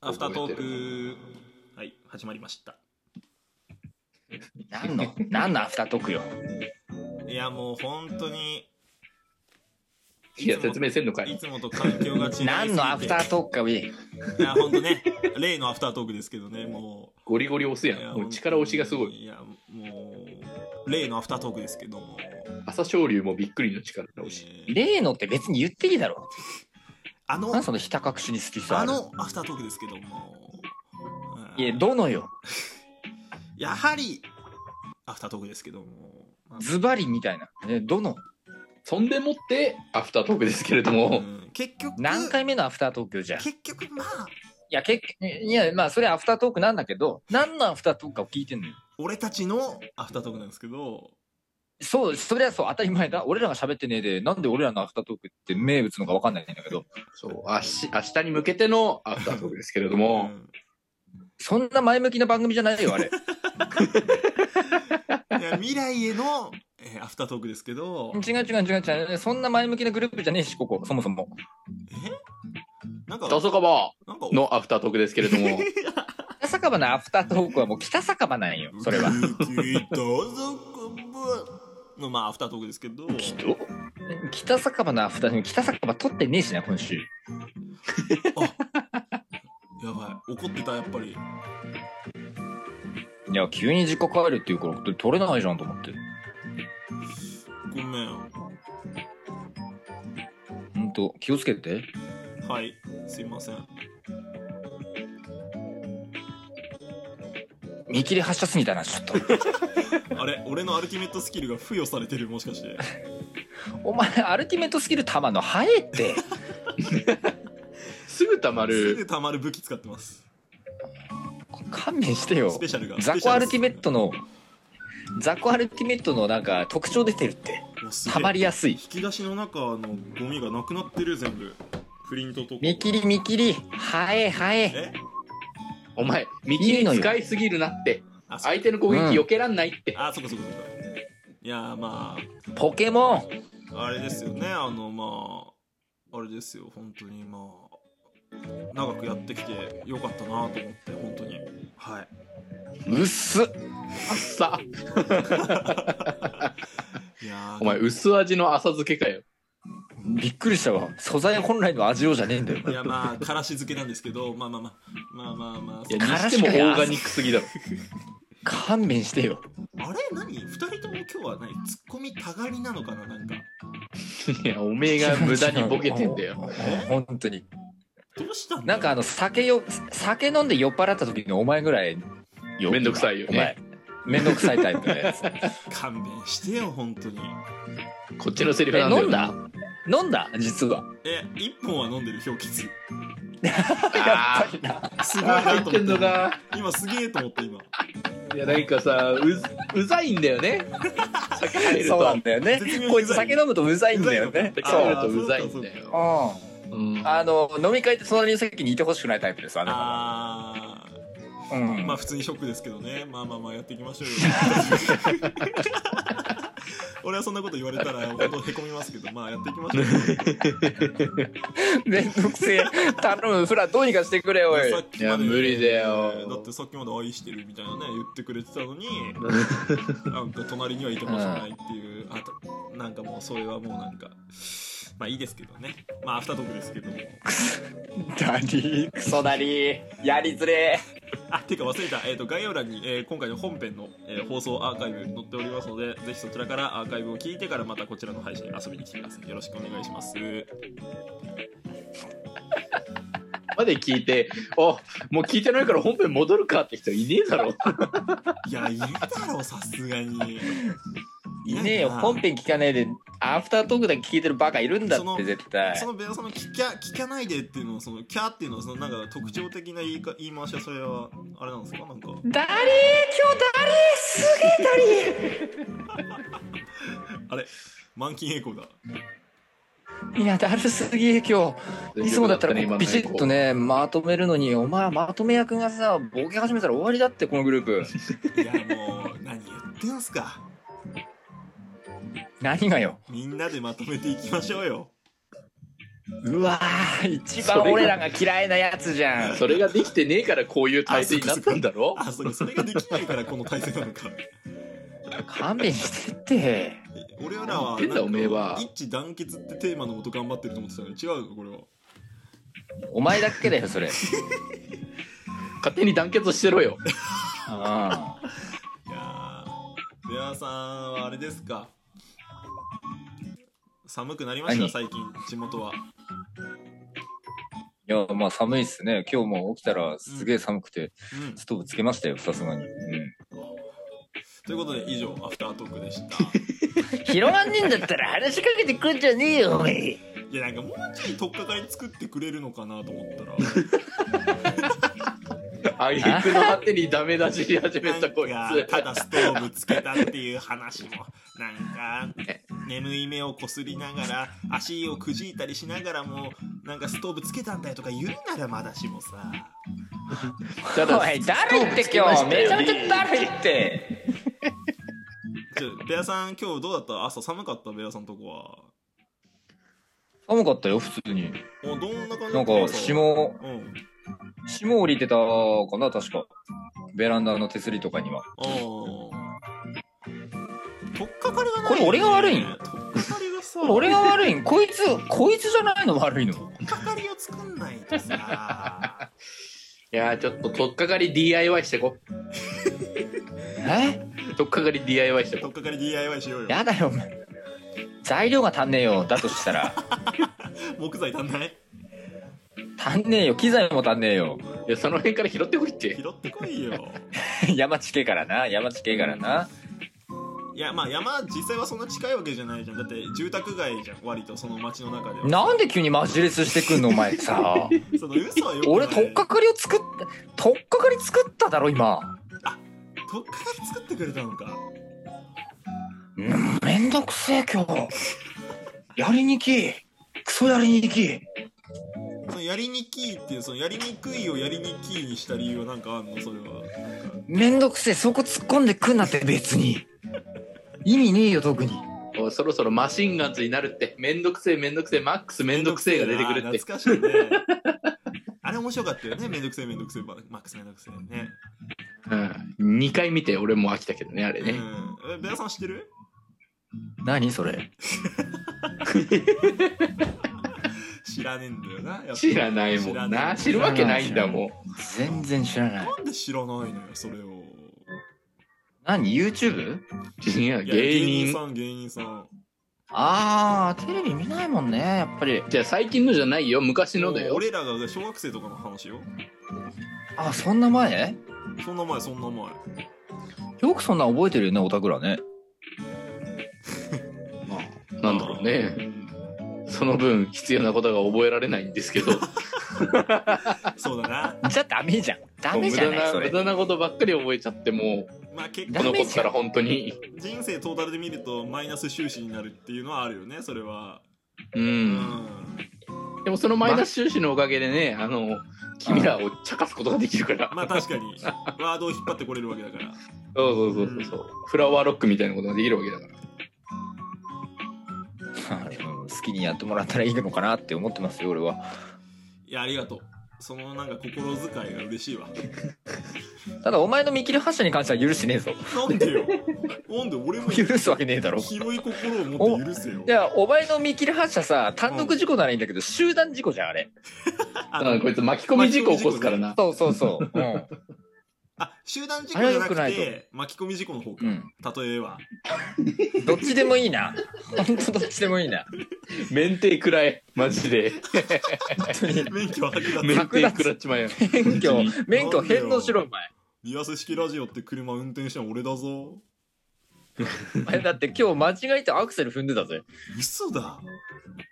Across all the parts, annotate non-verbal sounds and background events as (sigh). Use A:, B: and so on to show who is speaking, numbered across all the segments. A: アフタートークはい始まりました
B: 何の何のアフタートー
A: (laughs)
B: クよ。
A: いやもう本当に
C: いや、説明せんのか
A: い
C: い。
A: つもと環境が違いすぎて
B: 何のアフタートークか上。
A: いや本当ね例のアフタートークですけどねも
C: ゴリゴリ押す
A: う
C: や
A: いや
C: ん。もう力押しがすごい。
A: いやもう例のアフタートークですけども、
C: 朝青龍もびっくりの力押し。
A: えー
B: 例のって別に言っていいだろ。
A: あの
B: 何そのひた隠しに好きさ。
A: あのアフタートークですけどもうん
B: いや、どのよ。
A: やはりアフタートークですけども、まあ
B: ズバリみたいな。ね、どの
C: そんでもって、アフタートークですけれど
A: う
C: も、
A: ん結局
B: 何回目のアフタートークよ、じゃあ。い
A: 結局まあ
B: や、けいや、まあ、それアフタートークなんだけど、何のアフタートークかを聞いてんのよ。
A: 俺たちのアフタートークなんですけど
B: そう、そりゃそう、当たり前だ。俺らが喋ってねえで、なんで俺らのアフタートークって名物のか分かんないんだけど、
C: そう、明日明日に向けてのアフタートークですけれど
A: う
C: も、
A: ん
B: そんな前向きな番組じゃな
A: (laughs)
B: いよ、あれ。
A: いや未来への、えーアフタートークですけど
B: 違う違う違う違う。そんな前向きなグループじゃねえし、ここ、そもそも。
A: なんか
C: 北酒場
A: なんか
C: のアフタートークですけれども、
B: 北酒場のアフタートークはもう北酒場なんよ、それは。
A: どうぞこんばんのまあアフタートークですけど
C: 人
B: 北酒場のアフタートーク、北酒場撮ってねえしな、今週。
A: やばい怒ってたやっぱり
B: いや、急に実家帰るっていうから、撮れないじゃんと思って。
A: ごめん
B: ほんと、気をつけて。
A: はいすいません
B: 見切り発車すぎたな、ちょっと。
A: あれ俺のアルティメットスキルが付与されてるもしかして
B: お前、アルティメットスキル弾の生えって。
C: すぐたまする
A: ぐ、たまる武器使ってます
B: 勘弁してよ
A: スペ。シャルが
B: ザコアルティメット
A: の
B: の、ザコアルティメットのなんか特徴出てるって。たまりやすい
A: 引。き出しの中のゴミがなくなってる全部プリントとか
B: 見切り見切り、生え生え。
A: え
C: お前、見
B: い
C: 切
B: いの
C: り
B: よ
C: 使いすぎるなって、
A: あそ
C: 相手の攻撃
B: うん
C: 避けらんないって、
A: あそこそこそこいやーま
B: ポケモン。
A: ああれですよねあのまああれですよ本当にまあ長くやってきてよかったなと思って本当には
B: うっす。
C: あっさ、
A: いいやー
C: お前、薄味の浅漬けかよ。
B: びっくりしたわ。素材本来の味をじゃねえんだよ。
A: いやまあからし漬けなんですけどまあまあまあまあまあまあ
C: いや、に
B: から
C: して
B: しか
C: も
B: よ
C: オーガニックすぎだろ。
B: 勘弁してよ。
A: あれ何二人とも今日は何ツッコミたがりなのかななんか
C: いや、おめえが無駄にボケてんだよ。
B: 本当に。
A: どうしたんだ
B: なんかあの、酒よ、酒飲んで酔っ払った時のお前ぐらいよ。
C: めんどくさいよね
B: お前。めんどくさいタイプの
A: (laughs)
B: やつ。
A: 勘弁してよ本当に
C: こっちのセリフ
B: え
C: なんだよ。
B: 飲んだ飲んだ実は。
A: え一本は飲んでる氷結す
C: あー
A: ごい
C: あー
A: な
C: 入
A: と思
C: って
A: っ
C: ん
A: て
C: のか
A: 今すげえと思って今
C: いやなんかさうずうざいんだよね酒入る
B: そうな
C: と
B: んだよね
A: 絶妙にうざい。
B: こいつ酒飲むとうざいんだよね
A: う。
C: 酒
A: ざい
C: 入
A: の
C: る
A: か
C: とうざいんだよ
B: う
C: うん
B: ん。あの、飲み会って隣の席にいてほしくないタイプです、あな
A: あ
B: た。う
A: ー
B: ん
A: まあ。普通にショックですけどね
B: (laughs)
A: まあまあまあやっていきましょうよ俺はそんなこと言われたら本当へこみますけどまあやっていきましょうよ
B: めんど
A: (laughs)
B: くせえ。頼む、フラどうにかしてくれ、おい
A: さ。っきまで
C: いや無理だよ
A: だってさっきまで愛してるみたいなね言ってくれてたのになんか隣にはいてほしくないっていうあとなんかもうそれはもうなんかまあいいですけどねまあアフタートークですけども
B: ダリー、クソダリー。やりづれえ。
A: あてか忘れた、えー、と概要欄に、えー今回の本編の、えー放送アーカイブ載っておりますのでぜひそちらからアーカイブを聞いてからまたこちらの配信に遊びに来てくださいよろしくお願いします
C: まで聞いておもう聞いてないから本編戻るかって人いねえだろ
A: いやいるだろうさすがに
B: いねえよ、本編聞かないで、アフタートークだけ聞いてるバカいるんだ
A: その
B: って、絶対
A: そ。のベアさんの聞きゃ聞かないでっていうのはそのキャーっていうのはそのなんか特徴的な言いか言い回しはそれはあれなんですかなんか
B: ダリー、今日ダリー、すげえダリー。
A: あれ満金栄光だ
B: いや、だるすぎ、今日。いつもだったらこう、ビシッとね、まとめるのに、お前、まとめ役がさ、ボケ始めたら終わりだって、このグルー (laughs) プ。
A: いやもう何言ってんすか
B: 何がよ。
A: みんなでまとめていきましょうよ
B: うわー一番俺らが嫌いなやつじゃん
C: それができてねえからこういう体制になったんだ
B: (laughs)
C: ろ
A: あそうかそれができないからこの体制なのか
B: 勘弁してって
A: 俺らは
C: 言ってんだおめえは
A: なんか一致団結ってテーマのこと頑張ってると思ってたのに違うのこれは
B: お前だけだよそ (laughs) れ
C: 勝手に団結してろよ
B: あ
A: いやーベアさんはあれですか寒くなりました
B: 何
A: 最近地元はい
B: やまあ寒いっすね今日も起きたらすげえ寒くて
A: うん
B: ストーブつけましたよさすがに、うん、
A: ということで以上アフタートークでした
C: (laughs)
B: 広がんねえんだったら話しかけてくんじゃねえよお前
A: いやなんかもうちょい取っかかり作ってくれるのかなと思ったら
C: あげくの果てにダメ出しし始めた
B: (laughs)
C: こい
A: なんか
C: つ
A: ただストーブつけたっていう話もなんか眠い目をこすりながら足をくじいたりしながらもなんかストーブつけたんだよとか言うならまだしもさ
C: た
B: お
C: だ
B: いだるいって今日めちゃめちゃだるいって
A: ちょベアさん今日どうだった朝寒かったベアさんとこは
B: 寒かったよ普通に
A: おどんな感じだ
B: な
A: っ
B: ん
A: た
B: か
A: 朝
B: 霜
A: うん
B: 霜降りてたかな確かベランダの手すりとかには
A: ああ取っかかりがない、ね、
B: これ俺が悪いん
A: 取っかかりがさ
B: 俺が悪いんこいつこいつじゃないの悪いの
A: 取っかかりを作んないとさ
C: いやーちょっと取っかかり DIY してこ
B: え
C: 取っかかり DIY して
A: 取っ
C: こ
A: かかり DIY しようよ
B: やだよお前材料が足んねえよだとしたら
A: 木材足んない
B: 足んねえよ機材も足んねえよ
C: いやその辺から拾ってこいって
A: 拾ってこいよ
B: 山地形からな山地形からない
A: やまあ山実際はそんな近いわけじゃないじゃんだって住宅街じゃん割とその町の中では
B: なんで急にマジレスしてくんのお前さ
A: その嘘はよくない
B: 俺取っかかりを作った取っかかり作っただろ今
A: 取っかかり作ってくれたのか
B: うんめんどくせえ今日やりにきクソやりにき
A: そのやりにきいっていうそのやりにくいをやりにきいにした理由はなんかあんのそれは
B: めんどくせえそこ突っ込んでくんなって別に意味ねえよ特に
C: おいそろそろマシンガンズになるってめんどくせえめんどくせえマックスめんどくせえが出てくる
A: あー
C: って
A: 懐かしいねあれ面白かったよねめんどくせえめんどくせえマックスめんどくせえね
C: うん2回見て俺もう飽きたけどねあれね、
A: うんえベラさん知ってる
B: 何それ
A: 知らねえんだよなやっぱ
C: 知らないもんな知
A: ねえ
C: るわけないんだもん
B: 全然知らない
A: なんで知らないのよそれを
B: 何 YouTube?
C: いや
A: いや芸
C: 芸
A: 人
C: 人
A: さん芸人さん
B: あーテレビ見ないもんねやっぱり
C: じゃあ最近のじゃないよ昔のだよ
A: 俺らが小学生とかの話よ
B: あそんな前
A: そんな前そんな前
B: よくそんな覚えてるよねオタクらね
C: まあなんだろうねその分必要なことが覚えられないんです (laughs) けど
A: そうだな
B: じゃダメじゃんダメ
C: 無
B: じゃ
C: 駄
B: ない
C: な
B: そ
C: 無
B: れ
C: 駄なことばっかり覚えちゃっても
A: まあ結
C: うこの
A: 構
C: 子ったら本当に
A: 人生トータルで見るとマイナス収支になるっていうのはあるよねそれは
C: う
A: うんん
C: でもそのマイナス収支のおかげでねあの君らを茶化すことができるから
A: まあ確かにワードを引っ張ってこれるわけだから
C: そうそうそうそう、フラワーロックみたいなことができるわけだから
B: うん好きにやってもらったらいいのかなって思ってますよ俺はい
A: やありがとうそのなんか心遣いが嬉しいわ
B: ただお前の見切り発車に関しては許してねえぞ
A: な
B: (laughs)
A: んでよなんで俺も
B: 許すわけねえだろ
A: 広い心を持って許せよ
B: いや、お前の見切り発車さ、単独事故ならいいんだけど、集団事故じゃん、あれ。
A: あ
C: だからこいつ巻き込み事故起こすからな
B: そうそうそう。うん。
A: あ集団事故じゃなく
B: あれは良く
A: て巻き込み事故の方か、例えば
B: どっちでもいいな。ほんとどっちでもいいな。
C: 免停くらいマジで
B: 本当に。
A: 免許剥奪
C: 免停くらっちまえよ
B: 免許、免許返納しろ、お前。
A: リアス式ラジオって車運転したの俺だぞ
B: お前だって今日間違えてアクセル踏んでたぜ。
A: 嘘だ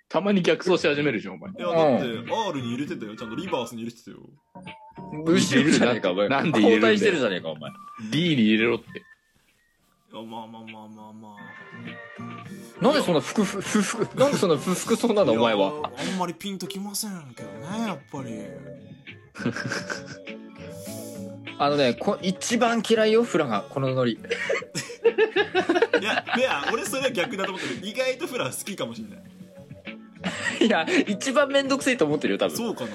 C: たまに逆走し始めるじゃんお前
A: いやだって R に入れてたよちゃんとリバースに入れてたよ
B: 後ろじゃねえか、お前。
C: なんで入れるんだよ
B: 交代してるじゃねえか、お前。
C: D に入れろって
A: いやまあまあまあまあまあ
B: なんでそんな不服、不服、なんでそんな不服そうなの、お前
A: い
B: は。
A: やあんまりピンときませんけどねやっぱり
B: あのね、こ一番嫌いよ、フラが、このノリ。
A: いやベア俺それは逆だと思ってる意外とフラ好きかもしれない
B: いや、一番めんどくせえと思ってるよ、多分。
A: そうかな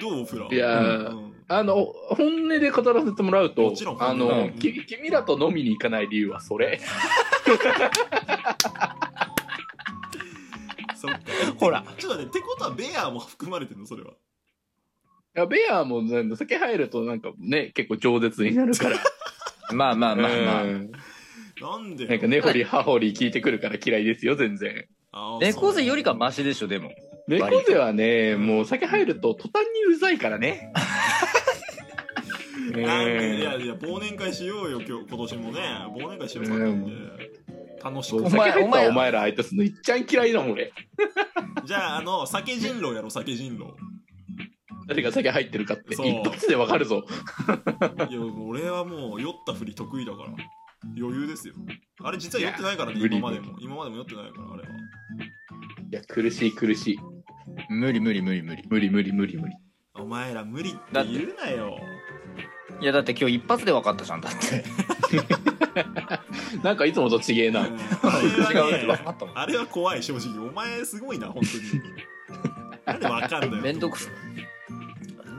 A: どうフラ
C: いやー
A: うん
C: あの、本音で語らせてもらうと
A: もちろ、ん
C: あ
B: う
C: の
B: ん、
C: き君らと飲みに行かない理由はそれ。
A: そっか
B: ほら。
A: ちょっと待ってってことはベアも含まれてんのそれはい
C: やベアもね酒入るとなんかね、結構饒舌になるから。
B: まあまあまあまあ。
C: うん
A: なんで
C: なんか根掘り葉掘り聞いてくるから嫌いですよ、全然。
A: あー
B: 猫背
A: そう
B: よりかマシでしょ、でも。
C: 猫背はね、もう酒入ると途端にうざいからね。うん
A: なんでいやいや忘年会しようよ今日今年もね忘年会しようかなんで楽しく
C: お
B: お
C: 酒入
B: 前
C: ったら
B: お前
C: お前ら相手するのいっちゃん嫌いだもん、俺。
A: じゃああの酒人狼やろ酒人狼
C: 誰が酒入ってるかって
A: そう
C: 一発でわかるぞ。
A: いや俺はもう酔ったふり得意だから余裕ですよあれ実は酔ってないからね
C: いや無理
A: 今までも今までも酔ってないからあれはい
C: や、苦しい苦しい。
B: 無理無理無理無理。
C: 無理無理無理無理。
A: お前ら無理って
B: だって
A: 言うなよ
B: いや、だって今日一発で分かったじゃん、だって。
C: なんかいつもと違え
A: うん
C: な。
A: あれは
B: 違う、分
A: ね
B: かったもん。
A: あれは怖い正直お前すごいな本当になんでわかんだよ
B: めんどくさ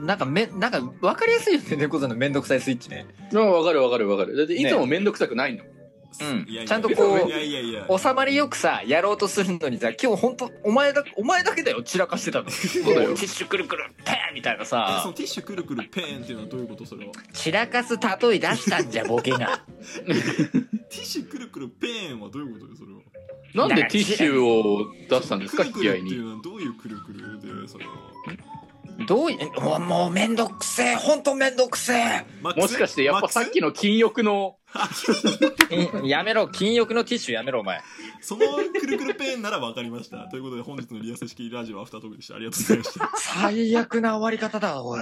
B: なんかめ、なんか分かりやすいよね、猫背のめんどくさいスイッチね。
C: うんわかるわかるわかる。だっていつもめんどくさくないんだもん。
B: うん
A: いやいや
B: ちゃんとこう
A: いやいやいや
B: 収まりよくさ、やろうとするのにさ、今日ほんと、お前だ、お前だけだよ、散らかしてたの。
C: うだよ
B: もティッシュくるくる、ペーンみたいな
A: えその
B: さ、
A: ティッシュくるくるペーンっていうのはどういうことそれは
B: 散らかす例え出したんじゃ、ボケが。
A: ティッシュくるくるペーンはどういうことよそれは
C: なんでティッシュを出したんですか、引
A: くるく
C: き合
A: る
C: い
A: っていう
C: に。
A: のはどういうくるくるでそれは
B: どういおもうめんどくせえ、ほんとめんどくせえ。
A: マックス
C: もしかしてやっぱさっき
A: マッ
C: の禁欲の、
B: いやめろ、禁欲のティッシュやめろ、お前。
A: クスそのくるくるペーンならわかりましたということで本日のリアス式ラジオアフタートークでしたありがとうございました
B: 最悪な終わり方だ、おい。